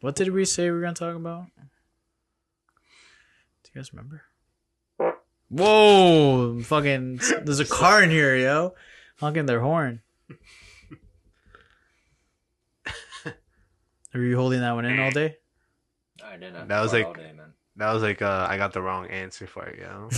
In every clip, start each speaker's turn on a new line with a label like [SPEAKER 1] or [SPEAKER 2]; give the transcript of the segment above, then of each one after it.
[SPEAKER 1] What did we say we were gonna talk about? Do you guys remember? Whoa! Fucking, there's a car in here, yo. Honking their horn. Are you holding that one in all day?
[SPEAKER 2] I didn't. have
[SPEAKER 3] That was
[SPEAKER 2] fun
[SPEAKER 3] like-
[SPEAKER 2] all day, man.
[SPEAKER 3] That was like uh, I got the wrong answer for it, yo.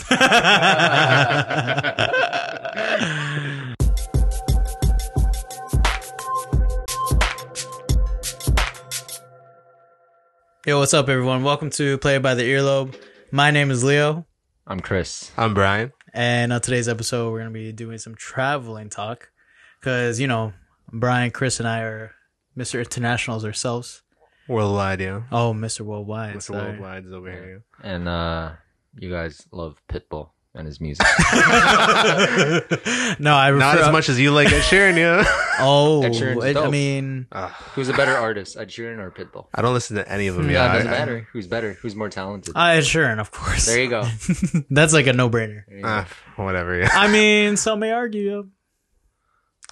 [SPEAKER 1] Yo, what's up, everyone? Welcome to Play It by the Earlobe. My name is Leo,
[SPEAKER 2] I'm Chris.
[SPEAKER 3] I'm Brian.
[SPEAKER 1] and on today's episode, we're gonna be doing some traveling talk, because you know Brian, Chris, and I are Mr. Internationals ourselves.
[SPEAKER 3] Worldwide, yo.
[SPEAKER 1] Oh, Mr. Worldwide.
[SPEAKER 3] Mr.
[SPEAKER 1] sorry.
[SPEAKER 3] Worldwide's over here.
[SPEAKER 2] And uh, you guys love Pitbull and his music.
[SPEAKER 1] no, I
[SPEAKER 3] yo.
[SPEAKER 1] refer
[SPEAKER 3] Not as much as you like Ed Sheeran, yo.
[SPEAKER 1] Oh,
[SPEAKER 2] Ed Sheeran's
[SPEAKER 1] it- I
[SPEAKER 2] dope.
[SPEAKER 1] mean,
[SPEAKER 3] Ah,
[SPEAKER 2] Who's a better artist, Ed Sheeran or Pitbull?
[SPEAKER 3] I don't listen to any of them,
[SPEAKER 1] Hmm.
[SPEAKER 3] yo.
[SPEAKER 2] Yeah, it
[SPEAKER 3] I-
[SPEAKER 2] doesn't
[SPEAKER 3] I-
[SPEAKER 2] matter. Who's better? Who's more talented?
[SPEAKER 1] uh, Ed Sheeran, of course.
[SPEAKER 2] There you go.
[SPEAKER 1] That's like a no-brainer.
[SPEAKER 2] There you go.
[SPEAKER 3] Ah, whatever, yeah.
[SPEAKER 1] I mean, some may argue.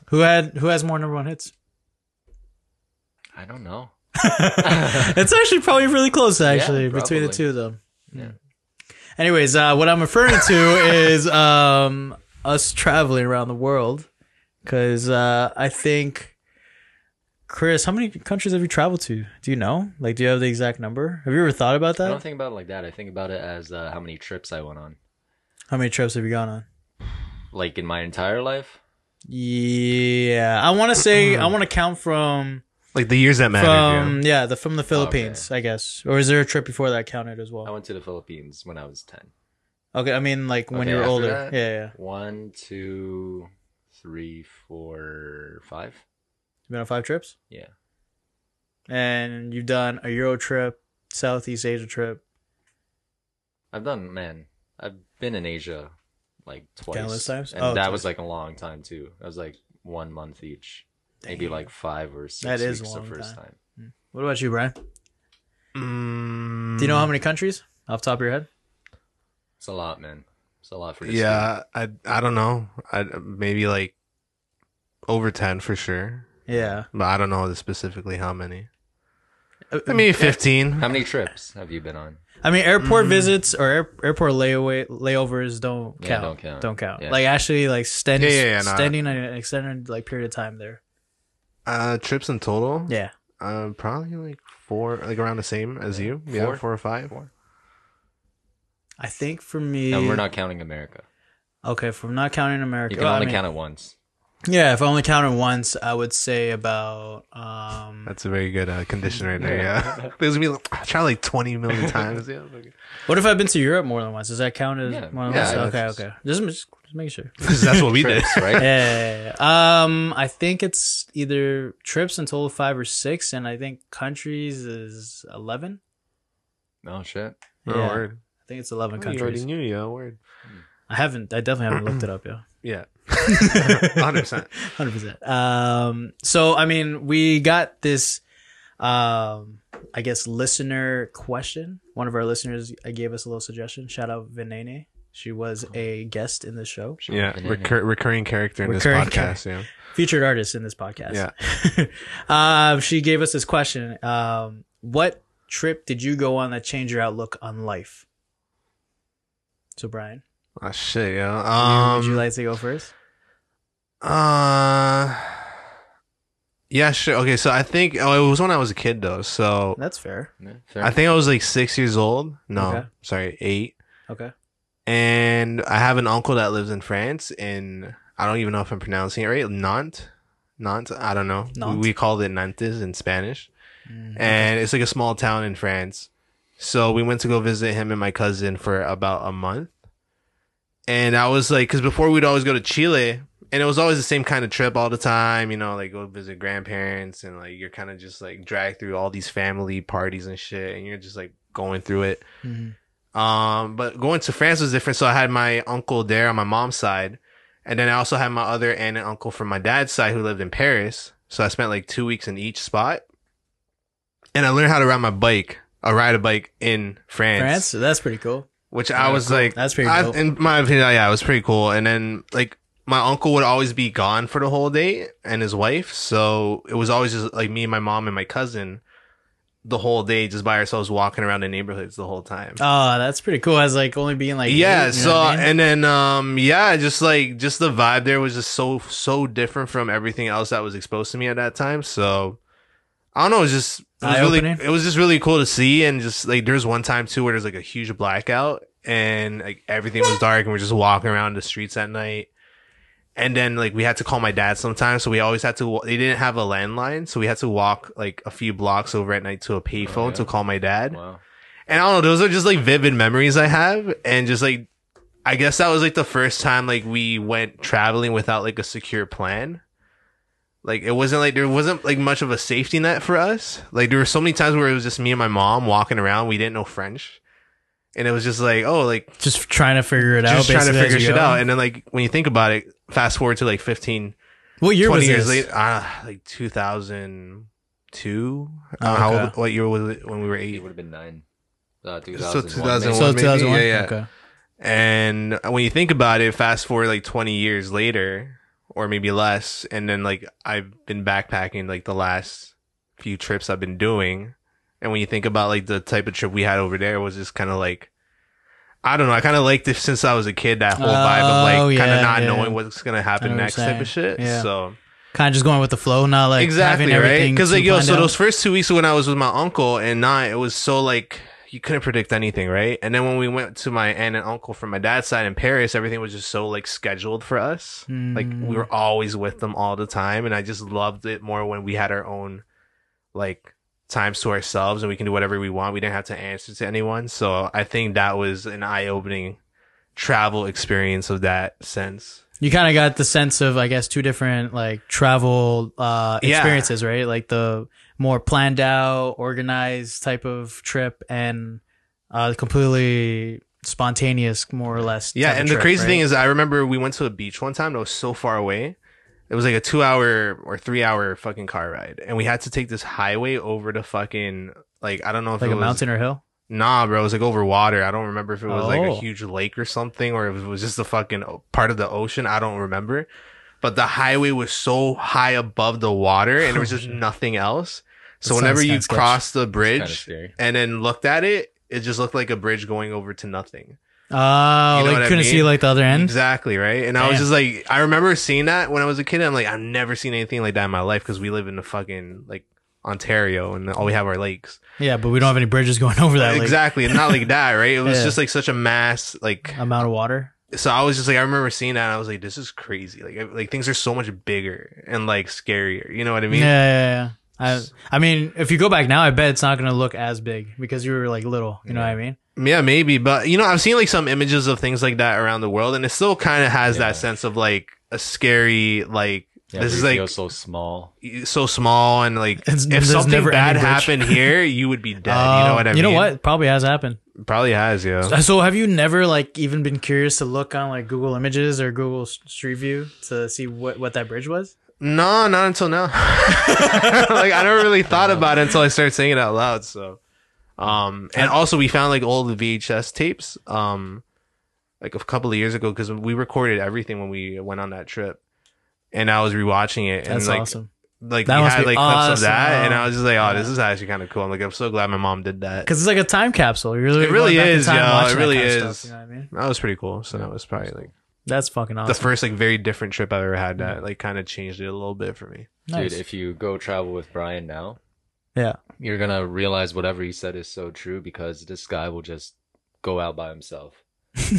[SPEAKER 1] Who had who has more number one hits?
[SPEAKER 2] I don't know.
[SPEAKER 1] it's actually probably really close, actually, between the
[SPEAKER 2] probably.
[SPEAKER 1] two of them.
[SPEAKER 2] Yeah.
[SPEAKER 1] Anyways, uh, what I'm referring to is um, us traveling around the world, because uh, I think, Chris, how many countries have you traveled to? Do you know? Like, do you have the exact number? Have you ever thought about
[SPEAKER 2] I don't
[SPEAKER 1] that?
[SPEAKER 2] think about it like that. I think about it as uh, how many trips I went on,
[SPEAKER 1] How many trips have you gone on?
[SPEAKER 2] like in my entire life.
[SPEAKER 1] Yeah, I want to say I want to count from
[SPEAKER 3] Like the years that matter,
[SPEAKER 1] from
[SPEAKER 3] yo.
[SPEAKER 1] yeah, the from the Philippines, I guess. Or is there a trip before that counted as
[SPEAKER 2] I
[SPEAKER 1] well?
[SPEAKER 2] went to the Philippines when I was ten.
[SPEAKER 1] Okay, I mean like when
[SPEAKER 2] Okay,
[SPEAKER 1] you were
[SPEAKER 2] after
[SPEAKER 1] older.
[SPEAKER 2] that?
[SPEAKER 1] Yeah, yeah.
[SPEAKER 2] One, two, three, four, five.
[SPEAKER 1] You've been on five trips,
[SPEAKER 2] Yeah,
[SPEAKER 1] and you've done a Euro trip, Southeast Asia trip,
[SPEAKER 2] I've done. Man, I've been in Asia like twice.
[SPEAKER 1] Countless times?
[SPEAKER 2] and
[SPEAKER 1] Oh,
[SPEAKER 2] that
[SPEAKER 1] twice.
[SPEAKER 2] was like a long time too. That was like one month each, maybe
[SPEAKER 1] Damn.
[SPEAKER 2] like five or six.
[SPEAKER 1] That is
[SPEAKER 2] weeks
[SPEAKER 1] a long
[SPEAKER 2] the first
[SPEAKER 1] time.
[SPEAKER 2] time.
[SPEAKER 1] What about you, Brian?
[SPEAKER 3] Mm,
[SPEAKER 1] Do you know how many countries off the top of your head?
[SPEAKER 2] It's a lot, man. It's a lot for just
[SPEAKER 3] Yeah, I I don't know. I maybe like over ten for sure,
[SPEAKER 1] Yeah,
[SPEAKER 3] but I don't know specifically how many.
[SPEAKER 1] Uh,
[SPEAKER 3] I mean, fifteen.
[SPEAKER 2] How many trips have you been on?
[SPEAKER 1] I mean airport
[SPEAKER 3] Mm.
[SPEAKER 1] visits or air, airport layaway layovers don't
[SPEAKER 2] Yeah,
[SPEAKER 1] count.
[SPEAKER 2] don't count. Yeah.
[SPEAKER 1] Like actually, like extend,
[SPEAKER 3] Yeah, yeah, yeah, no, I-
[SPEAKER 1] extending an extended like period of time there.
[SPEAKER 3] Uh, trips in total.
[SPEAKER 1] Yeah,
[SPEAKER 3] Uh, probably like four, like around the same as you. Yeah,
[SPEAKER 2] Four?
[SPEAKER 3] four, or five.
[SPEAKER 1] I think for me,
[SPEAKER 2] And we're not counting America.
[SPEAKER 1] okay. If I'm not counting America,
[SPEAKER 2] You can
[SPEAKER 1] well, I
[SPEAKER 2] only
[SPEAKER 1] mean-
[SPEAKER 2] count it once.
[SPEAKER 1] Yeah, if I only counted once, I would say about um
[SPEAKER 3] That's a very good uh, condition right there. Yeah, there's gonna be like, I tried like twenty million times. Yeah, like-
[SPEAKER 1] What if I've been to Europe more than once? Does that count as
[SPEAKER 2] Yeah.
[SPEAKER 1] more than
[SPEAKER 3] Yeah,
[SPEAKER 1] once?
[SPEAKER 3] yeah,
[SPEAKER 1] Okay,
[SPEAKER 3] that's-
[SPEAKER 1] okay. Just, just, just making sure.
[SPEAKER 3] 'Cause that's what we did.
[SPEAKER 2] trips,
[SPEAKER 1] yeah,
[SPEAKER 2] right?
[SPEAKER 1] yeah, yeah. Um, I think it's either trips in total five or six, and I think countries is eleven.
[SPEAKER 2] No shit.
[SPEAKER 3] Oh,
[SPEAKER 1] yeah,
[SPEAKER 3] word.
[SPEAKER 1] I think it's eleven
[SPEAKER 3] Oh, you already
[SPEAKER 1] countries.
[SPEAKER 3] knew, yeah. Word.
[SPEAKER 1] I haven't. I definitely haven't looked it up, yeah.
[SPEAKER 3] Yeah. Hundred percent.
[SPEAKER 1] hundred percent. Um, so I mean, we got this, um, I guess listener question. One of our listeners uh, gave us a little suggestion. Shout out Venene. She was a guest in the show,
[SPEAKER 2] Sure.
[SPEAKER 3] Yeah,
[SPEAKER 2] Banana.
[SPEAKER 3] recur- recurring character in
[SPEAKER 1] Recurring
[SPEAKER 3] this podcast. Yeah.
[SPEAKER 1] featured artist in this podcast. Yeah. um, she gave us this question. Um, what trip did you go on that changed your outlook on life? So Brian,
[SPEAKER 3] Oh shit, yeah.
[SPEAKER 1] would you-
[SPEAKER 3] Um,
[SPEAKER 1] would you like to go first?
[SPEAKER 3] Uh, yeah, sure. Okay, so I think oh, it was when I was a kid though. So
[SPEAKER 1] That's fair.
[SPEAKER 2] Yeah, fair.
[SPEAKER 3] I think I was like six years old. No,
[SPEAKER 1] Okay.
[SPEAKER 3] sorry, eight.
[SPEAKER 1] Okay.
[SPEAKER 3] And I have an uncle that lives in France, and I don't even know if I'm pronouncing it right. Nantes, Nantes. I don't know.
[SPEAKER 1] Nantes.
[SPEAKER 3] We, we called it Nantes in Spanish,
[SPEAKER 1] Mm,
[SPEAKER 3] and it's like a small town in France. So we went to go visit him and my cousin for about a month. And I was like, because before we'd always go to Chile, and it was always the same kind of trip all the time, you know, like go visit grandparents, and like you're kind of just like dragged through all these family parties and shit, and you're just like going through it.
[SPEAKER 1] mhm.
[SPEAKER 3] Um, but going to France was different. So I had my uncle there on my mom's side. And then I also had my other aunt and uncle from my dad's side who lived in Paris. So I spent like two weeks in each spot. And I learned how to ride my bike, or ride a bike in France.
[SPEAKER 1] France. That's pretty cool.
[SPEAKER 3] Which I was like,
[SPEAKER 1] That's pretty
[SPEAKER 3] I,
[SPEAKER 1] dope.
[SPEAKER 3] in my opinion, yeah, it was pretty cool. And then like my uncle would always be gone for the whole day and his wife, so it was always just like me and my mom and my cousin. the whole day just by ourselves walking around the neighborhoods the whole time.
[SPEAKER 1] Oh, that's pretty cool. As like only being like eight,
[SPEAKER 3] yeah,
[SPEAKER 1] you know
[SPEAKER 3] so
[SPEAKER 1] what I mean?
[SPEAKER 3] and then um yeah, just like just the vibe there was just so so different from everything else that was exposed to me at that time. So I don't know, it was just it was really
[SPEAKER 1] Eye-opening?
[SPEAKER 3] it was just really cool to see and just like there's one time too where there's like a huge blackout and like everything was dark and we're just walking around the streets at night. And then like we had to call my dad sometimes, so we always had to. wa- They didn't have a landline, so we had to walk like a few blocks over at night to a payphone
[SPEAKER 2] yeah.
[SPEAKER 3] to call my dad.
[SPEAKER 2] Wow.
[SPEAKER 3] And I don't know, those are just like vivid memories I have. And just like, I guess that was like the first time like we went traveling without like a secure plan. Like, it wasn't like there wasn't like much of a safety net for us. Like, there were so many times where it was just me and my mom walking around. We didn't know French. And it was just like, oh, like,
[SPEAKER 1] just trying to figure it out.
[SPEAKER 3] just trying to
[SPEAKER 1] basically, as
[SPEAKER 3] figure
[SPEAKER 1] you
[SPEAKER 3] shit
[SPEAKER 1] go.
[SPEAKER 3] out. And then, like, when you think about it, fast forward to like 15,
[SPEAKER 1] What year
[SPEAKER 3] 20
[SPEAKER 1] was
[SPEAKER 3] years
[SPEAKER 1] this?
[SPEAKER 3] later, uh, like 2002. I
[SPEAKER 1] Oh,
[SPEAKER 3] don't know how
[SPEAKER 1] okay.
[SPEAKER 3] old, what year was it when we were
[SPEAKER 2] It
[SPEAKER 3] eight?
[SPEAKER 2] would have been nine. Uh, 2001.
[SPEAKER 3] So 2001.
[SPEAKER 1] So
[SPEAKER 3] maybe?
[SPEAKER 1] 2001.
[SPEAKER 3] Yeah, yeah.
[SPEAKER 1] Okay.
[SPEAKER 3] And when you think about it, fast forward like 20 years later, or maybe less, and then like I've been backpacking like the last few trips I've been doing. And when you think about like the type of trip we had over there, it was just kind of like, I don't know. I kind of liked it since I was a kid, that whole vibe of
[SPEAKER 1] Oh,
[SPEAKER 3] like kind of
[SPEAKER 1] yeah,
[SPEAKER 3] not
[SPEAKER 1] yeah.
[SPEAKER 3] knowing what's going to
[SPEAKER 1] I know
[SPEAKER 3] happen
[SPEAKER 1] what
[SPEAKER 3] next
[SPEAKER 1] you're
[SPEAKER 3] type of shit.
[SPEAKER 1] Yeah.
[SPEAKER 3] So
[SPEAKER 1] Kind of just going with the flow, not like
[SPEAKER 3] exactly
[SPEAKER 1] having
[SPEAKER 3] right
[SPEAKER 1] everything oh?
[SPEAKER 3] because
[SPEAKER 1] too
[SPEAKER 3] like yo
[SPEAKER 1] planned
[SPEAKER 3] so
[SPEAKER 1] out.
[SPEAKER 3] those first two weeks when i was with my uncle and nine it was so like you couldn't predict anything right and then when we went to my aunt and uncle from my dad's side in paris everything was just so like scheduled for us
[SPEAKER 1] Mm.
[SPEAKER 3] like we were always with them all the time and i just loved it more when we had our own like times to ourselves and we can do whatever we want we didn't have to answer to anyone so i think that was an eye-opening travel experience of that sense
[SPEAKER 1] you kind of got the sense of I guess two different like travel uh,
[SPEAKER 3] Yeah.
[SPEAKER 1] experiences, right? Like the more planned out, organized type of trip, and uh, completely spontaneous, more or less.
[SPEAKER 3] Yeah,
[SPEAKER 1] type of
[SPEAKER 3] and the
[SPEAKER 1] trip,
[SPEAKER 3] crazy
[SPEAKER 1] right?
[SPEAKER 3] thing is, I remember we went to a beach one time that was so far away. It was like a two hour or three hour fucking car ride, and we had to take this highway over to fucking like I don't know if
[SPEAKER 1] like
[SPEAKER 3] it
[SPEAKER 1] a
[SPEAKER 3] was
[SPEAKER 1] mountain or hill.
[SPEAKER 3] nah, bro. It was like over water. I don't remember if it was like a
[SPEAKER 1] Oh.
[SPEAKER 3] huge lake or something, or if it was just a fucking o- part of the ocean. I don't remember, but the highway was so high above the water, and there was just nothing else.
[SPEAKER 1] That
[SPEAKER 3] So
[SPEAKER 1] sounds
[SPEAKER 3] whenever you
[SPEAKER 1] kinda sketchy.
[SPEAKER 3] crossed the
[SPEAKER 2] Kind of
[SPEAKER 3] bridge
[SPEAKER 2] scary.
[SPEAKER 3] and then looked at it, it just looked like a bridge going over to nothing.
[SPEAKER 1] Oh,
[SPEAKER 3] You know
[SPEAKER 1] like
[SPEAKER 3] what I
[SPEAKER 1] couldn't see
[SPEAKER 3] mean?
[SPEAKER 1] like the other end.
[SPEAKER 3] Exactly, right? And I was
[SPEAKER 1] Damn.
[SPEAKER 3] just like, I remember seeing that when I was a kid. I'm like, I've never seen anything like that in my life because we live in the fucking like Ontario and all we have are lakes.
[SPEAKER 1] Yeah, but we don't have any bridges going over that. Like,
[SPEAKER 3] exactly. Not like that, right? It was
[SPEAKER 1] Yeah.
[SPEAKER 3] just like such a mass, like,
[SPEAKER 1] amount of water.
[SPEAKER 3] so I was just like, I remember seeing that and I was like, this is crazy. Like, I- like things are so much bigger and like scarier. You know what I mean?
[SPEAKER 1] yeah, yeah, yeah. I, I mean, if you go back now, I bet it's not going to look as big because you were like little. You know what I mean?
[SPEAKER 3] Yeah, maybe, but you know, I've seen like some images of things like that around the world, and it still kind of has
[SPEAKER 2] Yeah.
[SPEAKER 3] that sense of like a scary, like
[SPEAKER 2] Yeah,
[SPEAKER 3] this
[SPEAKER 2] we
[SPEAKER 3] is
[SPEAKER 2] feel
[SPEAKER 3] like
[SPEAKER 2] so small.
[SPEAKER 3] so small and like
[SPEAKER 1] It's-
[SPEAKER 3] if
[SPEAKER 1] there's
[SPEAKER 3] something
[SPEAKER 1] never
[SPEAKER 3] bad
[SPEAKER 1] any bridge.
[SPEAKER 3] happened here, you would be dead. you know
[SPEAKER 1] Um,
[SPEAKER 3] what I mean?
[SPEAKER 1] You know what? Probably has happened.
[SPEAKER 3] Probably has, yeah.
[SPEAKER 1] Uh, So, have you never like even been curious to look on like Google Images or Google S- Street View to see what what that bridge was?
[SPEAKER 3] No, not until now. like I never really thought about it until I started saying it out loud. So, um, and also we found like old VHS tapes, um, like a couple of years ago because we recorded everything when we went on that trip, and I was rewatching it and
[SPEAKER 1] That's
[SPEAKER 3] like
[SPEAKER 1] awesome.
[SPEAKER 3] like
[SPEAKER 1] That
[SPEAKER 3] we
[SPEAKER 1] must
[SPEAKER 3] had
[SPEAKER 1] be
[SPEAKER 3] like clips
[SPEAKER 1] awesome.
[SPEAKER 3] of that, and
[SPEAKER 1] Oh.
[SPEAKER 3] I was just like, oh,
[SPEAKER 1] Yeah.
[SPEAKER 3] this is actually kind of cool. I'm like, I'm so glad my mom did that.
[SPEAKER 1] Because it's like a time capsule. You're really
[SPEAKER 3] It really
[SPEAKER 1] going back in
[SPEAKER 3] is,
[SPEAKER 1] time
[SPEAKER 3] yo. It
[SPEAKER 1] watching that
[SPEAKER 3] really
[SPEAKER 1] kind of
[SPEAKER 3] is.
[SPEAKER 1] stuff, you know what I mean?
[SPEAKER 3] That was pretty cool. So that was probably like.
[SPEAKER 1] That's fucking awesome. Mm.
[SPEAKER 3] the first like very different trip I've ever had that like kind of changed it a little bit for me.
[SPEAKER 1] Nice.
[SPEAKER 2] Dude, if you go travel with Brian now,
[SPEAKER 1] yeah.
[SPEAKER 2] you're gonna realize whatever he said is so true because this guy will just go out by himself.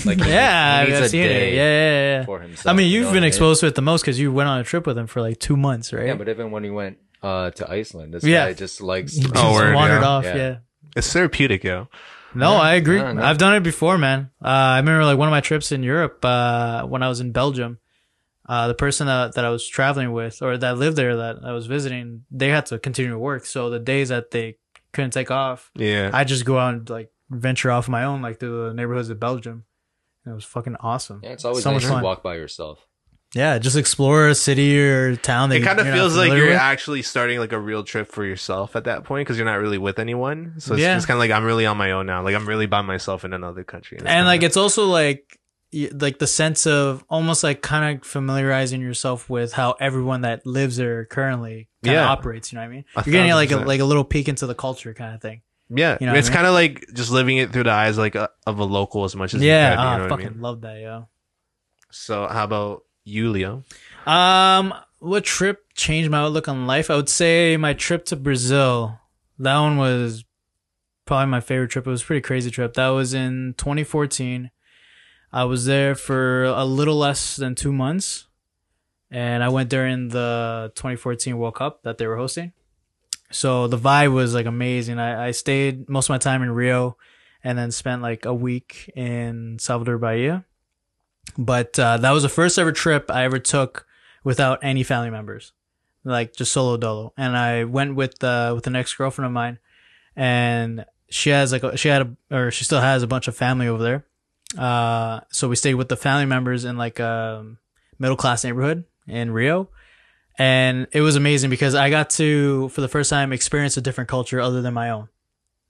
[SPEAKER 2] Like he
[SPEAKER 1] yeah,
[SPEAKER 2] needs- he
[SPEAKER 1] I've
[SPEAKER 2] needs a
[SPEAKER 1] seen it.
[SPEAKER 2] day
[SPEAKER 1] Yeah, yeah, yeah.
[SPEAKER 2] for himself.
[SPEAKER 1] I mean,
[SPEAKER 2] you
[SPEAKER 1] you've
[SPEAKER 2] know what
[SPEAKER 1] been
[SPEAKER 2] mean?
[SPEAKER 1] exposed to it the most because you went on a trip with him for like two months, right?
[SPEAKER 2] Yeah, but even when he went uh, to Iceland, this
[SPEAKER 1] Yeah.
[SPEAKER 2] guy just likes.
[SPEAKER 1] Just
[SPEAKER 3] Oh, word,
[SPEAKER 1] wandered
[SPEAKER 3] yeah.
[SPEAKER 1] off.
[SPEAKER 2] Yeah.
[SPEAKER 1] yeah.
[SPEAKER 3] It's therapeutic, yo.
[SPEAKER 1] No,
[SPEAKER 2] Yeah,
[SPEAKER 1] I agree.
[SPEAKER 2] I don't know.
[SPEAKER 1] I've done it before, man. Uh, I remember like one of my trips in Europe uh, when I was in Belgium. Uh, the person that, that I was traveling with or that lived there that I was visiting, they had to continue to work. So the days that they couldn't take off,
[SPEAKER 3] Yeah.
[SPEAKER 1] I just go out and like venture off my own, like through the neighborhoods of Belgium. And it was fucking awesome.
[SPEAKER 2] yeah, it's always
[SPEAKER 1] so
[SPEAKER 2] nice
[SPEAKER 1] much
[SPEAKER 2] to
[SPEAKER 1] fun.
[SPEAKER 2] walk by yourself.
[SPEAKER 1] Yeah, just explore a city or town that
[SPEAKER 3] it kind of
[SPEAKER 1] you're not
[SPEAKER 3] feels like
[SPEAKER 1] familiar
[SPEAKER 3] you're
[SPEAKER 1] with.
[SPEAKER 3] actually starting like a real trip for yourself at that point because you're not really with anyone. So it's
[SPEAKER 1] Yeah.
[SPEAKER 3] just kind of like I'm really on my own now. Like I'm really by myself in another country.
[SPEAKER 1] and like it's also like y- like the sense of almost like kind of familiarizing yourself with how everyone that lives there currently kind of
[SPEAKER 3] Yeah.
[SPEAKER 1] operates. You know what I mean?
[SPEAKER 3] A
[SPEAKER 1] You're getting
[SPEAKER 3] thousand
[SPEAKER 1] like a,
[SPEAKER 3] percent.
[SPEAKER 1] like a little peek into the culture kind of thing.
[SPEAKER 3] Yeah,
[SPEAKER 1] You know what
[SPEAKER 3] it's
[SPEAKER 1] I mean?
[SPEAKER 3] kind of like just living it through the eyes like a, of a local as much as
[SPEAKER 1] yeah,
[SPEAKER 3] You can, you
[SPEAKER 1] ah,
[SPEAKER 3] know what I
[SPEAKER 1] fucking
[SPEAKER 3] mean?
[SPEAKER 1] love that, yo.
[SPEAKER 3] So how about you, Leo?
[SPEAKER 1] Um, what trip changed my outlook on life? I would say my trip to Brazil. That one was probably my favorite trip. It was a pretty crazy trip. That was in 2014. I was there for a little less than two months, and I went during the 2014 World Cup that they were hosting. So the vibe was like amazing. I, I stayed most of my time in Rio, and then spent like a week in Salvador Bahia. But uh, that was the first ever trip I ever took without any family members, like just solo dolo. And I went with uh, with an ex girlfriend of mine, and she has like a, she had a, or she still has a bunch of family over there. Uh, so we stayed with the family members in like a middle class neighborhood in Rio, and it was amazing because I got to for the first time experience a different culture other than my own.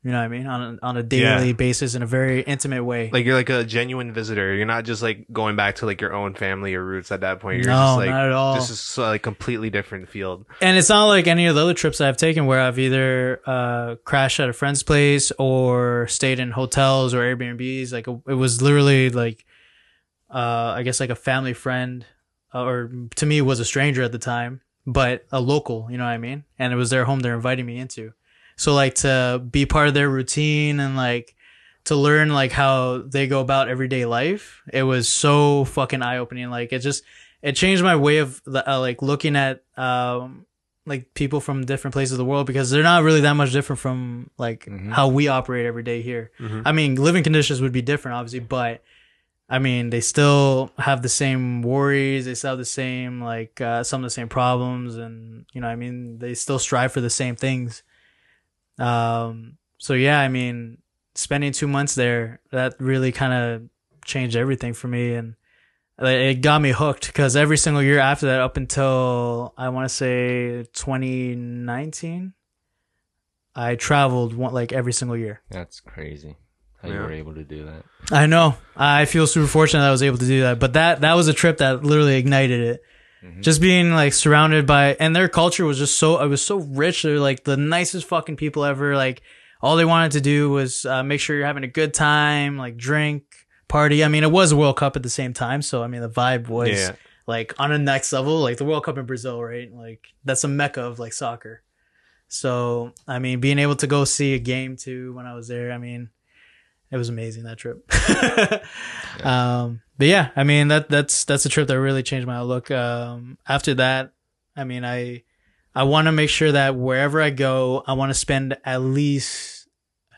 [SPEAKER 1] You know what I mean on a, on a daily
[SPEAKER 3] Yeah.
[SPEAKER 1] basis in a very intimate way.
[SPEAKER 3] Like you're like a genuine visitor. You're not just like going back to like your own family or roots at that point. You're
[SPEAKER 1] no,
[SPEAKER 3] just like
[SPEAKER 1] not at all.
[SPEAKER 3] this is a completely different field.
[SPEAKER 1] and it's not like any of the other trips I've taken where I've either uh, crashed at a friend's place or stayed in hotels or Airbnbs. Like it was literally like, uh, I guess like a family friend, uh, or to me was a stranger at the time, but a local. You know what I mean? And it was their home they're inviting me into. So like to be part of their routine and like to learn like how they go about everyday life. It was so fucking eye opening. Like it just it changed my way of the, uh, like looking at um like people from different places of the world because they're not really that much different from like
[SPEAKER 2] Mhm.
[SPEAKER 1] how we operate every day here. I mean, living conditions would be different obviously, but I mean, they still have the same worries. They still have the same like uh, some of the same problems, and you know, I mean, they still strive for the same things. Um. So yeah, I mean, spending two months there that really kind of changed everything for me, and like, it got me hooked because every single year after that, up until I want to say 2019, I traveled one, like every single year.
[SPEAKER 2] That's crazy how you
[SPEAKER 3] Yeah.
[SPEAKER 2] were able to do that.
[SPEAKER 1] I know. I feel super fortunate that I was able to do that. But that that was a trip that literally ignited it. Just being like surrounded by and their culture was just so it was so rich. They're like the nicest fucking people ever. Like all they wanted to do was uh, make sure you're having a good time, like drink, party. I mean, it was a World Cup at the same time, so I mean the vibe was
[SPEAKER 3] Yeah.
[SPEAKER 1] like on a next level. Like the World Cup in Brazil, right? Like that's a mecca of like soccer. So I mean, being able to go see a game too when I was there, I mean, it was amazing that trip. Um, but yeah, I mean that that's that's a trip that really changed my outlook. Um, after that, I mean I I want to make sure that wherever I go, I want to spend at least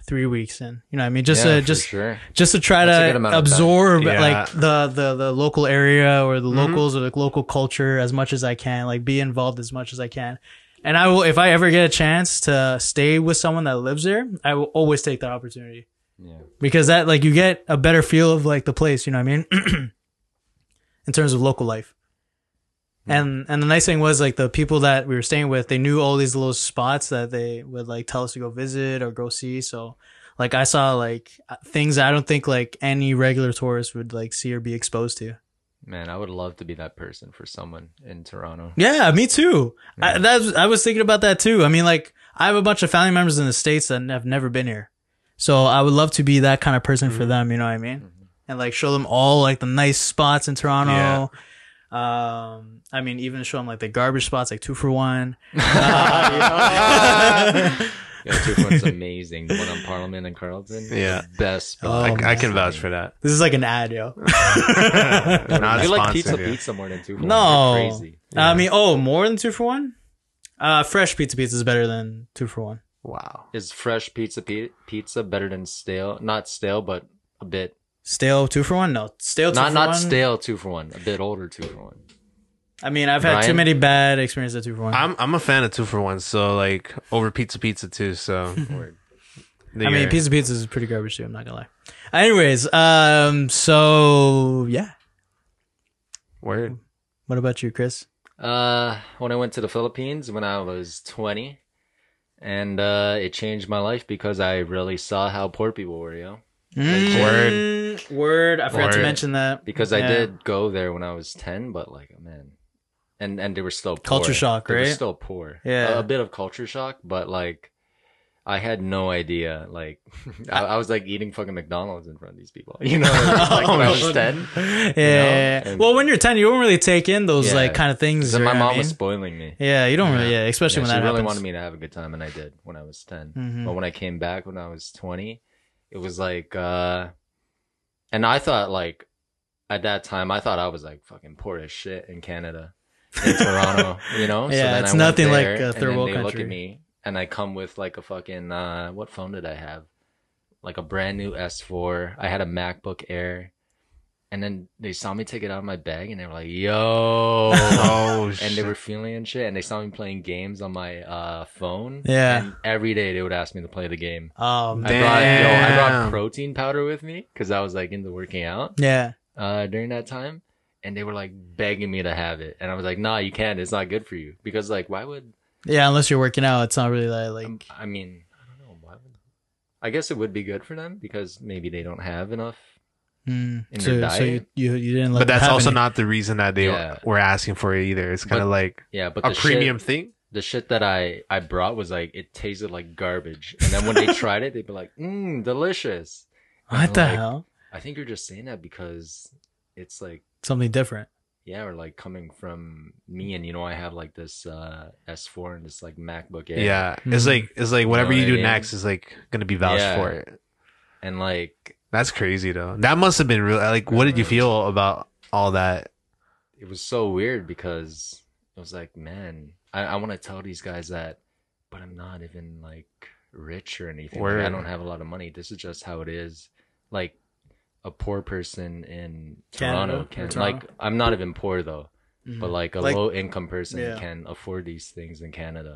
[SPEAKER 1] three weeks in. You know, what I mean, just
[SPEAKER 2] Yeah,
[SPEAKER 1] to,
[SPEAKER 2] for
[SPEAKER 1] just
[SPEAKER 2] sure.
[SPEAKER 1] just to try
[SPEAKER 2] That's a good
[SPEAKER 1] to
[SPEAKER 2] amount of time.
[SPEAKER 1] absorb
[SPEAKER 3] Yeah.
[SPEAKER 1] like the, the the local area or the
[SPEAKER 2] Mm-hmm.
[SPEAKER 3] Mhm.
[SPEAKER 1] locals or the local culture as much as I can, like be involved as much as I can. And I will, if I ever get a chance to stay with someone that lives there, I will always take that opportunity
[SPEAKER 2] Yeah.
[SPEAKER 1] because that like you get a better feel of like the place you know what i mean in terms of local life and and the nice thing was like the people that we were staying with they knew all these little spots that they would like tell us to go visit or go see so like i saw like things i don't think like any regular tourist would like see or be exposed to
[SPEAKER 2] Man, I would love to be that person for someone in Toronto.
[SPEAKER 1] yeah me too I,
[SPEAKER 2] Yeah.
[SPEAKER 1] that's, I was thinking about that too i mean like i have a bunch of family members in the states that have never been here so i would love to be that kind of person
[SPEAKER 2] Mm-hmm.
[SPEAKER 1] for them you know what i mean
[SPEAKER 2] Mhm.
[SPEAKER 1] and like show them all like the nice spots in
[SPEAKER 3] Yeah.
[SPEAKER 1] Toronto. Um, I mean, even show them like the garbage spots, like two for one.
[SPEAKER 2] Yeah, Two Point's amazing. The one on Parliament and Carlton.
[SPEAKER 3] Yeah.
[SPEAKER 2] Best
[SPEAKER 1] Oh,
[SPEAKER 2] spot.
[SPEAKER 3] I, I can vouch for that.
[SPEAKER 1] This is like an ad, yo.
[SPEAKER 3] Not
[SPEAKER 2] I like
[SPEAKER 3] sponsored
[SPEAKER 2] pizza
[SPEAKER 3] here.
[SPEAKER 2] pizza more than two. Point.
[SPEAKER 1] No,
[SPEAKER 2] You're crazy.
[SPEAKER 1] I mean, oh, more than two for one. Uh, fresh pizza pizza is better than two for one.
[SPEAKER 3] Wow.
[SPEAKER 2] Is fresh pizza pi- pizza better than stale? Not stale, but a bit.
[SPEAKER 1] Stale two for one? No, stale two
[SPEAKER 2] Not
[SPEAKER 1] for
[SPEAKER 2] not
[SPEAKER 1] one.
[SPEAKER 2] stale two for one. A bit older two for one.
[SPEAKER 1] I mean, I've had too
[SPEAKER 2] Brian?
[SPEAKER 1] many bad experiences at two for one.
[SPEAKER 3] I'm I'm a fan of two for one, so like over pizza pizza too. So
[SPEAKER 2] Word.
[SPEAKER 1] I mean, pizza pizza is pretty garbage too. I'm not gonna lie. Anyways, um, so yeah,
[SPEAKER 3] word.
[SPEAKER 1] what about you, Chris?
[SPEAKER 2] Uh, when I went to the Philippines when I was 20, and uh, it changed my life because I really saw how poor people were, yo.
[SPEAKER 1] Mm, word. I forgot to
[SPEAKER 3] Word.
[SPEAKER 1] mention that
[SPEAKER 2] because
[SPEAKER 1] Yeah.
[SPEAKER 2] I did go there when I was ten, but like man, and and they were still poor.
[SPEAKER 1] Culture shock,
[SPEAKER 2] They were
[SPEAKER 1] right?
[SPEAKER 2] still poor.
[SPEAKER 1] Yeah.
[SPEAKER 2] a, a bit of culture shock, but like I had no idea. Like I, I was like eating fucking McDonald's in front of these people. You know, like when I
[SPEAKER 1] Oh,
[SPEAKER 2] was ten.
[SPEAKER 1] Yeah.
[SPEAKER 2] And-
[SPEAKER 1] well, when you're ten, you don't really take in those
[SPEAKER 2] Yeah.
[SPEAKER 1] like kind of things.
[SPEAKER 2] 'Cause
[SPEAKER 1] you
[SPEAKER 2] my
[SPEAKER 1] know what I
[SPEAKER 2] mom was
[SPEAKER 1] mean?
[SPEAKER 2] spoiling me.
[SPEAKER 1] Yeah, you don't really. Yeah, especially
[SPEAKER 2] Yeah,
[SPEAKER 1] when
[SPEAKER 2] she
[SPEAKER 1] that
[SPEAKER 2] really
[SPEAKER 1] happens.
[SPEAKER 2] wanted me to have a good time, and I did when I was 10
[SPEAKER 1] Mhm.
[SPEAKER 2] But when I came back when I was twenty, it was like, uh and I thought like at that time I thought I was like fucking poor as shit in Canada, in Toronto, you know.
[SPEAKER 1] Yeah,
[SPEAKER 2] then
[SPEAKER 1] it's
[SPEAKER 2] I went
[SPEAKER 1] nothing like a
[SPEAKER 2] and
[SPEAKER 1] third
[SPEAKER 2] then
[SPEAKER 1] world
[SPEAKER 2] they Look
[SPEAKER 1] country.
[SPEAKER 2] at me, and I come with like a fucking uh what phone did I have? Like a brand new S4. I had a MacBook Air. And then they saw me take it out of my bag and they were like, yo.
[SPEAKER 3] Oh,
[SPEAKER 2] and
[SPEAKER 3] shit.
[SPEAKER 2] they were feeling and shit, and they saw me playing games on my uh, phone.
[SPEAKER 1] Yeah.
[SPEAKER 2] And every day they would ask me to play the game.
[SPEAKER 1] Um,
[SPEAKER 2] I brought, yo, I brought
[SPEAKER 3] Damn.
[SPEAKER 2] protein powder with me because I was like into working out
[SPEAKER 1] yeah.
[SPEAKER 2] uh, during that time, and they were like begging me to have it, and I was like, nah, you can't. It's not good for you because like, why would?
[SPEAKER 1] Yeah, unless you're working out, it's not really that like.
[SPEAKER 2] um, I mean, I don't know. Why would? I guess it would be good for them because maybe they don't have enough.
[SPEAKER 1] mm,
[SPEAKER 2] Um, in
[SPEAKER 1] so,
[SPEAKER 2] your
[SPEAKER 1] so you,
[SPEAKER 2] diet?
[SPEAKER 1] you you didn't. Let
[SPEAKER 3] but that's
[SPEAKER 1] them have
[SPEAKER 3] also
[SPEAKER 1] any-
[SPEAKER 3] not the reason that they
[SPEAKER 2] Yeah.
[SPEAKER 3] were asking for it either. It's kind of
[SPEAKER 2] But-
[SPEAKER 3] like
[SPEAKER 2] Yeah, but
[SPEAKER 3] a
[SPEAKER 2] the shit-
[SPEAKER 3] premium thing.
[SPEAKER 2] the shit that I I brought was like it tasted like garbage, and then when they tried it, they'd be like, mmm, delicious.
[SPEAKER 1] What the
[SPEAKER 2] like-
[SPEAKER 1] hell?
[SPEAKER 2] I think you're just saying that because it's like
[SPEAKER 1] Something different.
[SPEAKER 2] yeah, or like coming from me, and you know I have like this uh S4 and this like MacBook Air.
[SPEAKER 3] Yeah, it's
[SPEAKER 1] Mhm.
[SPEAKER 3] like it's like whatever
[SPEAKER 2] know
[SPEAKER 3] you
[SPEAKER 2] what I
[SPEAKER 3] do
[SPEAKER 2] mean?
[SPEAKER 3] next is like gonna be vouched
[SPEAKER 2] Yeah.
[SPEAKER 3] for it.
[SPEAKER 2] and like
[SPEAKER 3] That's crazy though. That must have been real. Like, what did you feel about all that?
[SPEAKER 2] it was so weird because it was like, man, I, I want to tell these guys that, but I'm not even like rich or anything. Like, I
[SPEAKER 3] Word.
[SPEAKER 2] don't have a lot of money. This is just how it is. Like a poor person in
[SPEAKER 1] Canada?
[SPEAKER 2] Toronto
[SPEAKER 1] Or
[SPEAKER 2] can
[SPEAKER 1] Toronto? Hmm.
[SPEAKER 2] like I'm not even poor though, but like a
[SPEAKER 1] Like-
[SPEAKER 2] low income person
[SPEAKER 1] Yeah.
[SPEAKER 2] can afford these things in Canada.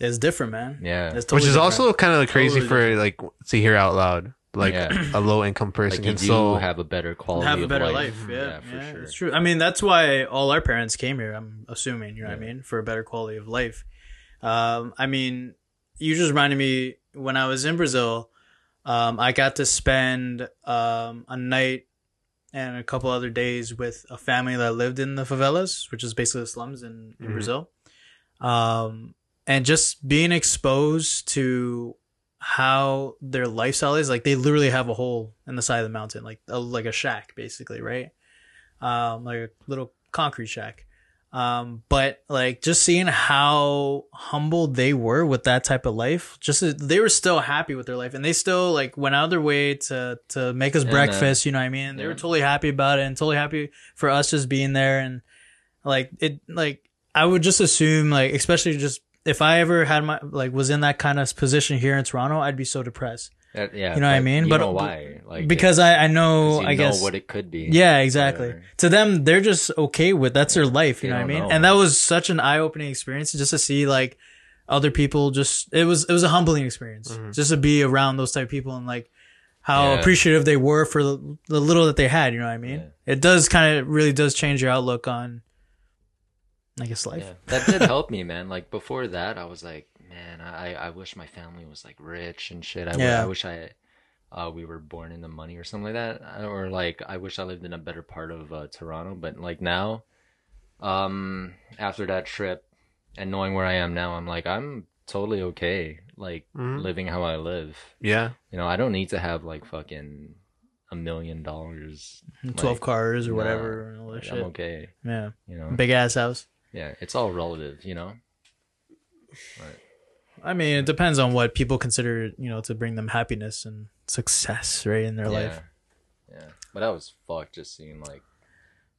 [SPEAKER 1] It's different, man.
[SPEAKER 2] Yeah.
[SPEAKER 1] It's totally
[SPEAKER 3] Which is
[SPEAKER 1] different.
[SPEAKER 3] also kind of crazy
[SPEAKER 1] Totally
[SPEAKER 3] for like to hear out loud. Like
[SPEAKER 2] Yeah.
[SPEAKER 3] a low income person
[SPEAKER 2] like you
[SPEAKER 3] can
[SPEAKER 2] do
[SPEAKER 3] still
[SPEAKER 2] have a better quality
[SPEAKER 1] have a
[SPEAKER 2] of
[SPEAKER 1] better
[SPEAKER 2] life. Mm,
[SPEAKER 1] life. Yeah,
[SPEAKER 2] for
[SPEAKER 1] yeah,
[SPEAKER 2] sure.
[SPEAKER 1] It's true. I mean, that's why all our parents came here. I'm assuming, you know what I mean,
[SPEAKER 2] Yeah.
[SPEAKER 1] for a better quality of life. Um, I mean, you just reminded me when I was in Brazil, um, I got to spend um, a night and a couple other days with a family that lived in the favelas, which is basically the slums in, in
[SPEAKER 2] Mm-hmm.
[SPEAKER 3] Mhm.
[SPEAKER 1] Brazil. Um, and just being exposed to how their lifestyle is, like they literally have a hole in the side of the mountain, like a, like a shack, basically, right? Um, like a little concrete shack. Um, but like just seeing how humble they were with that type of life, just they were still happy with their life, and they still like went out of their way to to make us
[SPEAKER 2] Yeah, man.
[SPEAKER 1] breakfast. You know what I mean? And they were
[SPEAKER 2] Yeah.
[SPEAKER 1] totally happy about it and totally happy for us just being there and like it like i would just assume like especially just if i ever had my like was in that kind of position here in toronto i'd be so depressed
[SPEAKER 2] That- yeah,
[SPEAKER 1] You know what I
[SPEAKER 2] but
[SPEAKER 1] mean?
[SPEAKER 2] You
[SPEAKER 1] But-
[SPEAKER 2] know why? Like
[SPEAKER 1] because
[SPEAKER 2] it's-
[SPEAKER 1] i i know
[SPEAKER 2] 'cause you
[SPEAKER 1] i guess
[SPEAKER 2] know what it could be.
[SPEAKER 1] yeah exactly
[SPEAKER 2] whatever.
[SPEAKER 1] to them they're just okay with that's their life you
[SPEAKER 2] They
[SPEAKER 1] know what i
[SPEAKER 2] don't
[SPEAKER 1] mean
[SPEAKER 2] know.
[SPEAKER 1] and that was such an eye-opening experience just to see like other people just it was it was a humbling experience
[SPEAKER 3] Mhm.
[SPEAKER 1] just to be around those type of people and like how
[SPEAKER 2] Mm-hmm. Yeah.
[SPEAKER 1] appreciative they were for the, the little that they had you know what i mean it does kind of really does change your outlook on i guess life
[SPEAKER 2] Yeah. That did help me, man. Like before that, I was like, man, I I wish my family was like rich and shit. I, w-
[SPEAKER 1] Yeah.
[SPEAKER 2] I wish I uh we were born into money or something like that, or like I wish I lived in a better part of uh, Toronto. But like now, um, after that trip and knowing where I am now, I'm like I'm totally okay, like
[SPEAKER 1] Mm-hmm.
[SPEAKER 3] Mhm.
[SPEAKER 2] living how I live.
[SPEAKER 3] yeah.
[SPEAKER 2] You know, I don't need to have like fucking a million dollars.
[SPEAKER 1] And 12
[SPEAKER 2] Like,
[SPEAKER 1] cars or
[SPEAKER 2] nah,
[SPEAKER 1] whatever and all that
[SPEAKER 2] Like,
[SPEAKER 1] shit.
[SPEAKER 2] I'm okay.
[SPEAKER 1] Yeah.
[SPEAKER 2] You know,
[SPEAKER 1] Big ass house.
[SPEAKER 2] yeah, it's all relative. You know,
[SPEAKER 1] I mean, it depends on what people consider, you know, to bring them happiness and success, right, in their life.
[SPEAKER 2] Yeah. yeah. But that was fucked just seeing like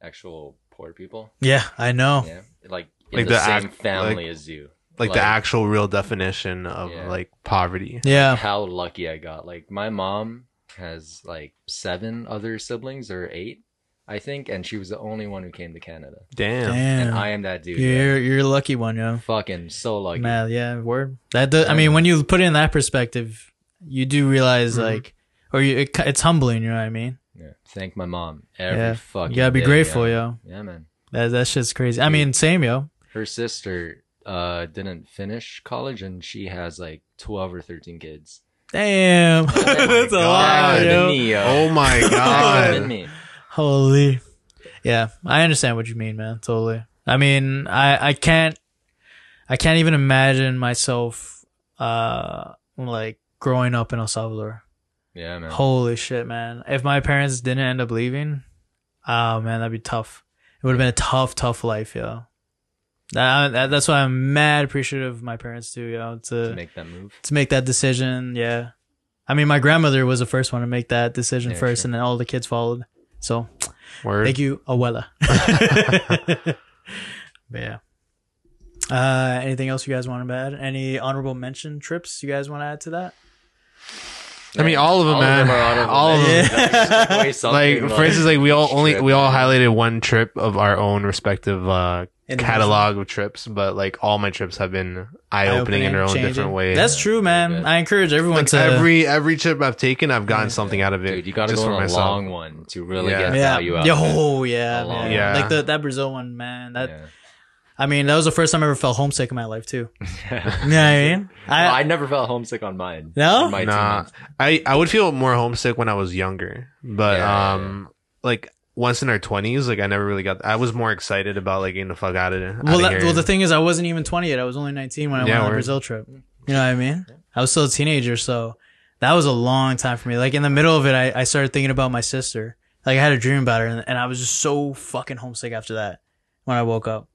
[SPEAKER 2] actual poor people.
[SPEAKER 1] Yeah, I know.
[SPEAKER 2] Yeah. Like in
[SPEAKER 3] Like
[SPEAKER 2] the,
[SPEAKER 3] the
[SPEAKER 2] same
[SPEAKER 3] act-
[SPEAKER 2] family
[SPEAKER 3] like-
[SPEAKER 2] as you.
[SPEAKER 3] Like,
[SPEAKER 2] Like-
[SPEAKER 3] the actual real definition of
[SPEAKER 2] Yeah.
[SPEAKER 3] like poverty.
[SPEAKER 1] Yeah.
[SPEAKER 2] How lucky I got. Like my mom has like seven other siblings or eight, I think, and she was the only one who came to Canada.
[SPEAKER 3] Damn.
[SPEAKER 1] Damn.
[SPEAKER 2] And I am that dude. yeah.
[SPEAKER 1] you're, you're a lucky one, yo.
[SPEAKER 2] Fucking so lucky.
[SPEAKER 1] Man, yeah, word. That does, I mean, when you put it in that perspective, you do realize,
[SPEAKER 2] Mm-hmm.
[SPEAKER 3] Mhm.
[SPEAKER 1] like, or you, it, it's humbling, you know what I mean?
[SPEAKER 2] Yeah. Thank my mom every
[SPEAKER 1] Yeah.
[SPEAKER 2] fucking
[SPEAKER 1] You gotta be
[SPEAKER 2] day,
[SPEAKER 1] grateful,
[SPEAKER 2] yeah.
[SPEAKER 1] yo.
[SPEAKER 2] Yeah, man.
[SPEAKER 1] That, that shit's crazy. I
[SPEAKER 2] Dude.
[SPEAKER 1] mean, same, yo.
[SPEAKER 2] Her sister uh didn't finish college and she has like 12 or 13 kids.
[SPEAKER 1] Damn, that's a lot,
[SPEAKER 3] God.
[SPEAKER 1] yo.
[SPEAKER 3] Oh my god.
[SPEAKER 2] me.
[SPEAKER 1] Holy, yeah. I understand what you mean, man. Totally. I mean, I I can't, I can't even imagine myself, uh, like growing up in El Salvador.
[SPEAKER 2] Yeah, man.
[SPEAKER 1] Holy shit, man! If my parents didn't end up leaving, oh man, that'd be tough. It would have been a tough, tough life, yo. That, that- that's why I'm mad appreciative of my parents too, yo.
[SPEAKER 2] to
[SPEAKER 1] To
[SPEAKER 2] make that move.
[SPEAKER 1] to make that decision, yeah. I mean, my grandmother was the first one to make that decision
[SPEAKER 2] Yeah,
[SPEAKER 1] first,
[SPEAKER 2] sure.
[SPEAKER 1] and then all the kids followed. So
[SPEAKER 3] Word.
[SPEAKER 1] thank you, Awella. but yeah. Uh, anything else you guys want to add? Any honorable mention trips you guys want to add to that?
[SPEAKER 3] I mean, all of them, man.
[SPEAKER 2] are honorable
[SPEAKER 3] All of
[SPEAKER 2] mentions.
[SPEAKER 1] them.
[SPEAKER 2] Just way
[SPEAKER 3] Like
[SPEAKER 2] something,
[SPEAKER 3] for instance, like we all only
[SPEAKER 2] trip.
[SPEAKER 3] we all highlighted one trip of our own respective uh
[SPEAKER 1] Individual.
[SPEAKER 3] catalog of trips, but like all my trips have been eye opening in their own
[SPEAKER 1] changing.
[SPEAKER 3] different way.
[SPEAKER 1] That's true, man.
[SPEAKER 2] good.
[SPEAKER 1] I encourage everyone
[SPEAKER 3] like
[SPEAKER 1] to
[SPEAKER 3] every every trip I've taken, I've gotten something out of it.
[SPEAKER 2] dude, you gotta
[SPEAKER 3] just
[SPEAKER 2] go
[SPEAKER 3] for
[SPEAKER 2] on a
[SPEAKER 3] myself.
[SPEAKER 2] long one to really
[SPEAKER 3] Yeah.
[SPEAKER 2] get
[SPEAKER 1] yeah.
[SPEAKER 2] value out.
[SPEAKER 1] Yo,
[SPEAKER 2] of it.
[SPEAKER 1] oh, yeah,
[SPEAKER 2] Alone.
[SPEAKER 1] man.
[SPEAKER 3] Yeah.
[SPEAKER 1] Like the that Brazil one, man. That
[SPEAKER 2] Yeah.
[SPEAKER 1] I mean, that was the first time I ever felt homesick in my life too. You know what I mean?
[SPEAKER 2] No, I
[SPEAKER 1] I,
[SPEAKER 2] never felt homesick on mine.
[SPEAKER 1] No?
[SPEAKER 2] On my two
[SPEAKER 3] Nah,
[SPEAKER 2] months.
[SPEAKER 3] I I would feel more homesick when I was younger, but
[SPEAKER 2] Yeah,
[SPEAKER 3] um, like once in our twenties, like I never really got. I was more excited about like getting the fuck out of it.
[SPEAKER 1] well, that, well, the thing is, I wasn't even 20 yet. I was only 19 when I
[SPEAKER 3] Yeah,
[SPEAKER 1] went on the
[SPEAKER 3] word.
[SPEAKER 1] Brazil trip. You know what I mean? I was still a teenager, so that was a long time for me. Like in the middle of it, I, I started thinking about my sister. Like I had a dream about her, and, and I was just so fucking homesick after that when I woke up.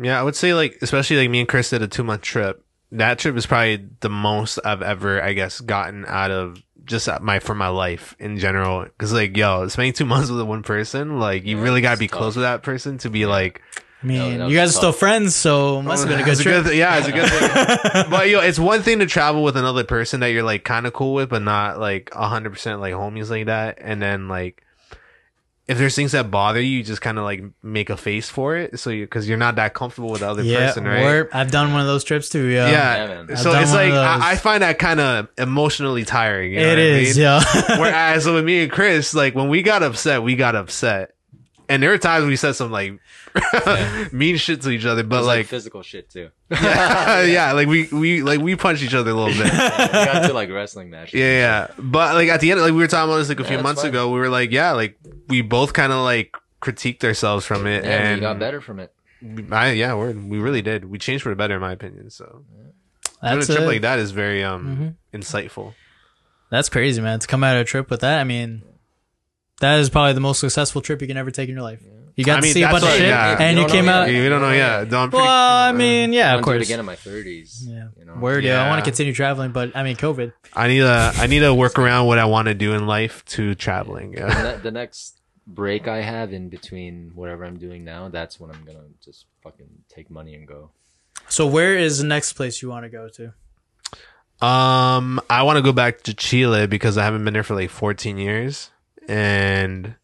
[SPEAKER 3] yeah, I would say like especially like me and Chris did a two month trip. That trip is probably the most I've ever, I guess, gotten out of just at my for my life in general. Because like, yo, spending two months with one person, like you
[SPEAKER 2] Yeah,
[SPEAKER 3] really gotta
[SPEAKER 2] it's
[SPEAKER 3] be
[SPEAKER 2] tough.
[SPEAKER 3] close with that person to be like.
[SPEAKER 1] I mean,
[SPEAKER 2] that
[SPEAKER 1] you
[SPEAKER 2] was
[SPEAKER 1] guys are still
[SPEAKER 2] tough.
[SPEAKER 1] friends, so it must have been a good
[SPEAKER 3] It's
[SPEAKER 1] trip.
[SPEAKER 3] thi- yeah, it's Oh, a good thing. but yo, it's one thing to travel with another person that you're like kind of cool with, but not like hundred percent like homies like that. And then like, if there's things that bother you, you just kind of like make a face for it. So you because you're not that comfortable with the other
[SPEAKER 1] yeah,
[SPEAKER 3] person, right?
[SPEAKER 1] or I've done one of those trips too. Yeah,
[SPEAKER 2] Yeah,
[SPEAKER 3] yeah.
[SPEAKER 2] man. I've
[SPEAKER 3] so
[SPEAKER 1] done
[SPEAKER 3] it's
[SPEAKER 1] one of
[SPEAKER 3] like
[SPEAKER 1] those.
[SPEAKER 3] I, I find that kind of emotionally tiring. You know
[SPEAKER 1] it
[SPEAKER 3] what I
[SPEAKER 1] is.
[SPEAKER 3] mean?
[SPEAKER 1] Yeah.
[SPEAKER 3] Whereas with me and Chris, like when we got upset, we got upset. And there were times we said some like mean shit to each other,
[SPEAKER 2] It
[SPEAKER 3] but
[SPEAKER 2] was,
[SPEAKER 3] like
[SPEAKER 2] physical shit too.
[SPEAKER 3] yeah, like we we like we punch each other a little bit.
[SPEAKER 2] We got to like wrestling matches.
[SPEAKER 3] Yeah, yeah. But like at the end, like we were talking about this like a
[SPEAKER 2] Yeah,
[SPEAKER 3] few
[SPEAKER 2] that's
[SPEAKER 3] months
[SPEAKER 2] fine.
[SPEAKER 3] ago. We were like, yeah, like we both kind of like critiqued ourselves from it,
[SPEAKER 2] Yeah,
[SPEAKER 3] and
[SPEAKER 2] you got better from it.
[SPEAKER 3] I, yeah, we we really did. We changed for the better, in my opinion. So doing
[SPEAKER 1] That's Mm-hmm.
[SPEAKER 3] a trip
[SPEAKER 1] it.
[SPEAKER 3] like that is very um insightful.
[SPEAKER 1] That's crazy, man. To come out of a trip with that, I mean, that is probably the most successful trip you can ever take in your life. You got
[SPEAKER 3] I mean,
[SPEAKER 1] to see a
[SPEAKER 3] that's
[SPEAKER 1] bunch of
[SPEAKER 3] what-
[SPEAKER 1] shit,
[SPEAKER 3] yeah.
[SPEAKER 1] and
[SPEAKER 2] You
[SPEAKER 1] you
[SPEAKER 2] don't
[SPEAKER 1] came
[SPEAKER 2] know
[SPEAKER 1] out.
[SPEAKER 2] yet.
[SPEAKER 3] You don't know, yeah. No, I'm pretty,
[SPEAKER 1] Well, I mean, yeah, of
[SPEAKER 2] I wanna do it
[SPEAKER 1] course.
[SPEAKER 2] again in my thirties.
[SPEAKER 1] Yeah.
[SPEAKER 2] You know?
[SPEAKER 1] Word, yeah. I want
[SPEAKER 3] Yeah.
[SPEAKER 1] to continue traveling, but I mean, COVID.
[SPEAKER 3] I need a I need to work around what I want to do in life to traveling.
[SPEAKER 2] The
[SPEAKER 3] Yeah.
[SPEAKER 2] ne- the next break I have in between whatever I'm doing now, that's when I'm gonna just fucking take money and go.
[SPEAKER 1] So, where is the next place you want to go to?
[SPEAKER 3] Um, I want to go back to Chile because I haven't been there for like 14 years, and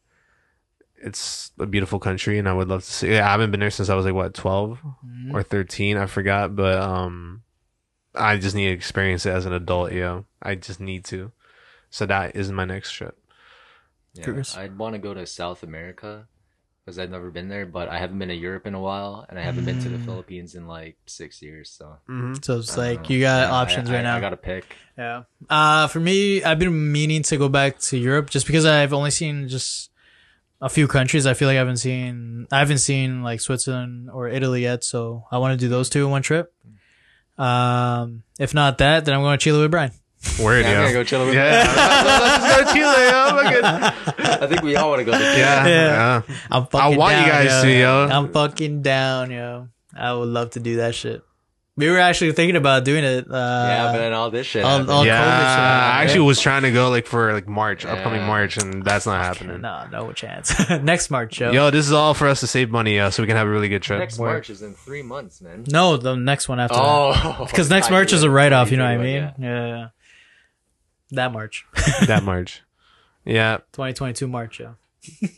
[SPEAKER 3] it's a beautiful country, and I would love to see. Yeah, I haven't been there since I was like what 12
[SPEAKER 1] Mm-hmm.
[SPEAKER 3] or 13, I forgot, but um, I just need to experience it as an adult. Yo, I just need to. So that is my next trip.
[SPEAKER 2] Yeah,
[SPEAKER 1] Curious.
[SPEAKER 2] I'd want to go to South America because I've never been there, but I haven't been to Europe in a while, and I haven't been to the
[SPEAKER 1] Mm.
[SPEAKER 2] Philippines in like six years. So
[SPEAKER 3] Mm-hmm.
[SPEAKER 1] So, it's
[SPEAKER 2] I don't
[SPEAKER 1] like
[SPEAKER 2] know.
[SPEAKER 1] you got
[SPEAKER 2] Yeah,
[SPEAKER 1] options
[SPEAKER 2] I,
[SPEAKER 1] right
[SPEAKER 2] I-
[SPEAKER 1] now.
[SPEAKER 2] I gotta pick.
[SPEAKER 1] Yeah. Uh, for me, I've been meaning to go back to Europe just because I've only seen just a few countries. I feel like I haven't seen I haven't seen like Switzerland or Italy yet, so I want to do those two in one trip. Um, if not that, then I'm going to Chile with Brian.
[SPEAKER 3] Word,
[SPEAKER 2] Yeah, I'm gonna
[SPEAKER 3] yo.
[SPEAKER 2] go chill with.
[SPEAKER 3] Yeah, let's go Chile, yo. Fucking-
[SPEAKER 2] I think we all want to go. To
[SPEAKER 3] Yeah,
[SPEAKER 1] Yeah.
[SPEAKER 3] yeah.
[SPEAKER 1] I'm fucking
[SPEAKER 3] want you
[SPEAKER 1] down,
[SPEAKER 3] guys to, yo.
[SPEAKER 1] I'm fucking down, yo. I would love to do that shit. We were actually thinking about doing it. Uh,
[SPEAKER 2] yeah, but then all this shit.
[SPEAKER 1] I'll-
[SPEAKER 2] happened.
[SPEAKER 1] I'll-
[SPEAKER 3] Yeah,
[SPEAKER 1] COVID shit.
[SPEAKER 3] I actually was trying to go like for like March, upcoming
[SPEAKER 2] Yeah.
[SPEAKER 3] March, and that's not happening.
[SPEAKER 1] no, no chance. Next March, yo.
[SPEAKER 3] Yo, this is all for us to save money, yo, so we can have a really good trip.
[SPEAKER 2] Next March is in three months, man.
[SPEAKER 1] No, the next one after. that.
[SPEAKER 2] Oh,
[SPEAKER 1] Because next
[SPEAKER 2] I
[SPEAKER 1] March
[SPEAKER 2] knew
[SPEAKER 1] is
[SPEAKER 2] it.
[SPEAKER 1] a write off, you know what I
[SPEAKER 2] Yeah.
[SPEAKER 1] mean? Yeah. yeah. That March.
[SPEAKER 3] that March. Yeah,
[SPEAKER 1] 2022 March, yeah.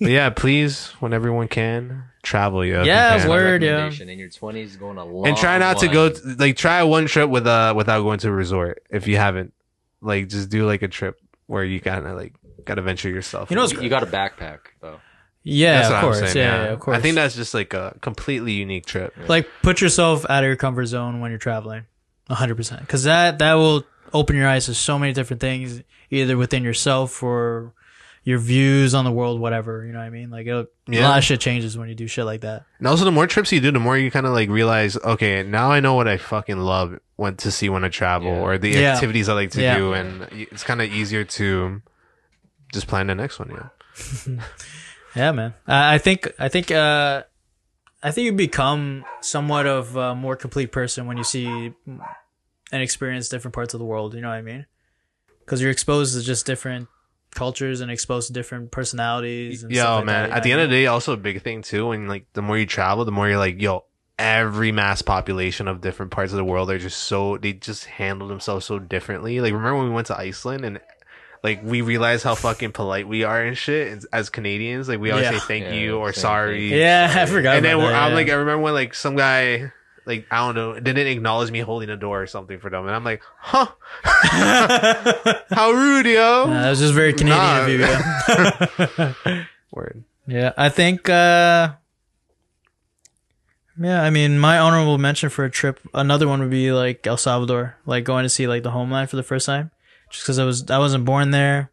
[SPEAKER 3] But yeah. Please, when everyone can, travel, yo. if you
[SPEAKER 1] Yeah,
[SPEAKER 3] can.
[SPEAKER 1] word. Third, yeah.
[SPEAKER 2] Recommendation in your twenties, going a long
[SPEAKER 3] And try not to
[SPEAKER 2] one.
[SPEAKER 3] go t- like try one trip with uh without going to a resort if you haven't. Like, just do like a trip where you kind of like gotta venture yourself.
[SPEAKER 1] You know what's
[SPEAKER 2] You got a backpack though.
[SPEAKER 1] Yeah, of course. yeah, yeah, of course.
[SPEAKER 3] I think that's just like a completely unique trip.
[SPEAKER 1] like put yourself out of your comfort zone when you're traveling. 100%. Cuz that that will open your eyes to so many different things, either within yourself or your views on the world, whatever. You know what I mean? Like it'll, a
[SPEAKER 3] Yeah.
[SPEAKER 1] lot of shit changes when you do shit like that.
[SPEAKER 3] And also, the more trips you do, the more you kind of like realize, okay, now I know what I fucking love when to see when I travel
[SPEAKER 2] Yeah.
[SPEAKER 3] or the
[SPEAKER 1] Yeah.
[SPEAKER 3] activities I like to
[SPEAKER 1] Yeah.
[SPEAKER 3] do, and y- it's kind of easier to just plan the next one. Yeah,
[SPEAKER 1] Yeah, man. I I think I think uh, I think you become somewhat of a more complete person when you see and experience different parts of the world. You know what I mean? Because you're exposed to just different cultures and exposed to different personalities. And
[SPEAKER 3] yo,
[SPEAKER 1] stuff like
[SPEAKER 3] man.
[SPEAKER 1] that,
[SPEAKER 3] at the end of the day, also a big thing too, when like the more you travel, the more you're like, yo, every mass population of different parts of the world are just so they just handle themselves so differently. Like, remember when we went to Iceland and. Like we realized how fucking polite we are and shit. And as Canadians, like we always
[SPEAKER 1] Yeah.
[SPEAKER 3] say thank
[SPEAKER 2] Yeah,
[SPEAKER 3] you or
[SPEAKER 2] same thing.
[SPEAKER 3] sorry.
[SPEAKER 2] Yeah,
[SPEAKER 1] yeah, I forgot.
[SPEAKER 3] and then
[SPEAKER 1] about
[SPEAKER 3] we're,
[SPEAKER 1] that,
[SPEAKER 3] I'm
[SPEAKER 1] yeah.
[SPEAKER 3] like, I remember when like some guy, like I don't know, didn't acknowledge me holding a door or something for them, and I'm like, huh, how rude, yo.
[SPEAKER 1] Nah, that was just very Canadian
[SPEAKER 3] Nah.
[SPEAKER 1] of you. Yeah.
[SPEAKER 3] Word.
[SPEAKER 1] Yeah, I think. uh Yeah, I mean, my honorable mention for a trip, another one would be like El Salvador, like going to see like the homeland for the first time, just because I was I wasn't born there,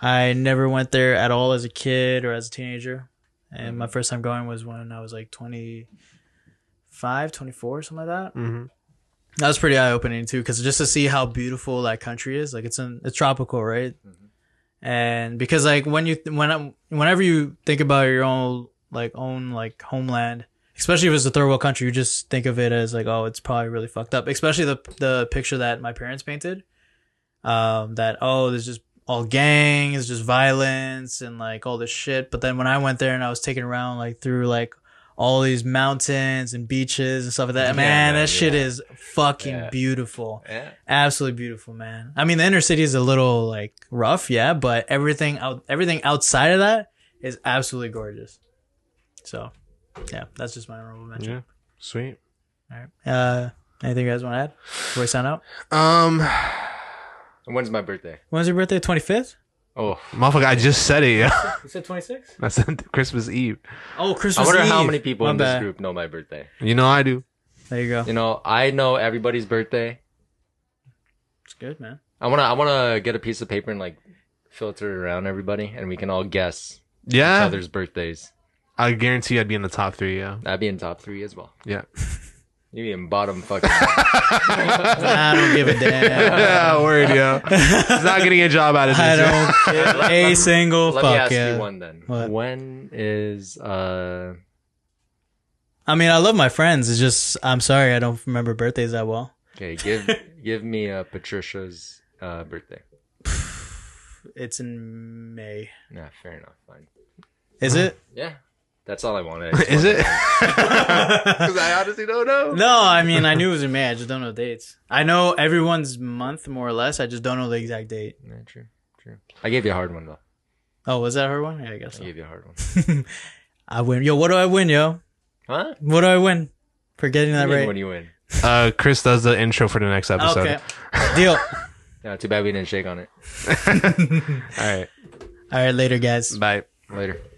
[SPEAKER 1] I never went there at all as a kid or as a teenager, and my first time going was when I was like 25, 24, something like that.
[SPEAKER 3] hmm
[SPEAKER 1] That was pretty eye opening too, because just to see how beautiful that country is, like it's in it's tropical, right?
[SPEAKER 2] Mm-hmm.
[SPEAKER 1] And because like when you when I, whenever you think about your own like own like homeland, especially if it's a third world country, you just think of it as like oh, it's probably really fucked up. Especially the the picture that my parents painted, um, that oh, there's just all gangs, just violence and like all this shit. But then when I went there and I was taken around like through like all these mountains and beaches and stuff like that, man,
[SPEAKER 2] Yeah,
[SPEAKER 1] that shit
[SPEAKER 2] yeah.
[SPEAKER 1] is fucking
[SPEAKER 2] Yeah.
[SPEAKER 1] beautiful.
[SPEAKER 2] Yeah.
[SPEAKER 1] Absolutely beautiful, man. I mean, the inner city is a little like rough, yeah, but everything out everything outside of that is absolutely gorgeous. So, yeah, that's just my honorable mention.
[SPEAKER 3] Yeah, sweet.
[SPEAKER 1] All right. Uh, anything you guys want to add before we sign out?
[SPEAKER 3] Um,
[SPEAKER 2] And when's my birthday?
[SPEAKER 1] When's your birthday? Twenty fifth.
[SPEAKER 2] Oh,
[SPEAKER 3] motherfucker, I just said it. Yeah,
[SPEAKER 1] You said twenty sixth.
[SPEAKER 3] that's Christmas Eve.
[SPEAKER 1] Oh, Christmas.
[SPEAKER 2] I wonder how
[SPEAKER 1] Eve.
[SPEAKER 2] many people
[SPEAKER 1] My
[SPEAKER 2] in this
[SPEAKER 1] bad.
[SPEAKER 2] group know my birthday.
[SPEAKER 3] You know I do.
[SPEAKER 1] There you go.
[SPEAKER 2] You know, I know everybody's birthday.
[SPEAKER 1] It's good, man.
[SPEAKER 2] I wanna, I wanna get a piece of paper and like filter around everybody, and we can all guess each
[SPEAKER 1] Ah.
[SPEAKER 3] Yeah,
[SPEAKER 2] other's birthdays.
[SPEAKER 3] I guarantee I'd be in the top three. Yeah,
[SPEAKER 2] That'd be in top three as well.
[SPEAKER 3] yeah.
[SPEAKER 2] You be in bottom fucking.
[SPEAKER 1] I don't give a damn.
[SPEAKER 3] yeah, word, yo. He's not getting a job out of this.
[SPEAKER 1] I
[SPEAKER 3] yo.
[SPEAKER 1] don't give a single
[SPEAKER 2] Let
[SPEAKER 1] Oh, fuck.
[SPEAKER 2] me ask
[SPEAKER 1] yeah.
[SPEAKER 2] you one then.
[SPEAKER 1] What?
[SPEAKER 2] When is uh?
[SPEAKER 1] I mean, I love my friends. It's just I'm sorry I don't remember birthdays that well.
[SPEAKER 2] Okay, give give me uh, Patricia's uh, birthday.
[SPEAKER 1] It's in May.
[SPEAKER 2] Nah, fair enough. Fine.
[SPEAKER 1] Is it?
[SPEAKER 2] Yeah, that's all I wanted.
[SPEAKER 3] Is it? Because I honestly don't know.
[SPEAKER 1] No, I mean I knew it was in May. I just don't know dates. I know everyone's month more or less. I just don't know the exact date.
[SPEAKER 2] Yeah, true, true. I gave you a hard one though.
[SPEAKER 1] Oh, was that her one? Yeah, I guess
[SPEAKER 2] I
[SPEAKER 1] so.
[SPEAKER 2] gave you a hard one.
[SPEAKER 1] I win. Yo, what do I win, yo?
[SPEAKER 2] Huh?
[SPEAKER 1] What do I win for getting that
[SPEAKER 2] Right.
[SPEAKER 1] right?
[SPEAKER 2] When you win.
[SPEAKER 3] Uh, Chris does the intro for the next episode.
[SPEAKER 1] Okay, deal.
[SPEAKER 2] Yeah, too bad we didn't shake on it.
[SPEAKER 3] All right.
[SPEAKER 1] All right, later, guys.
[SPEAKER 3] Bye.
[SPEAKER 2] Later.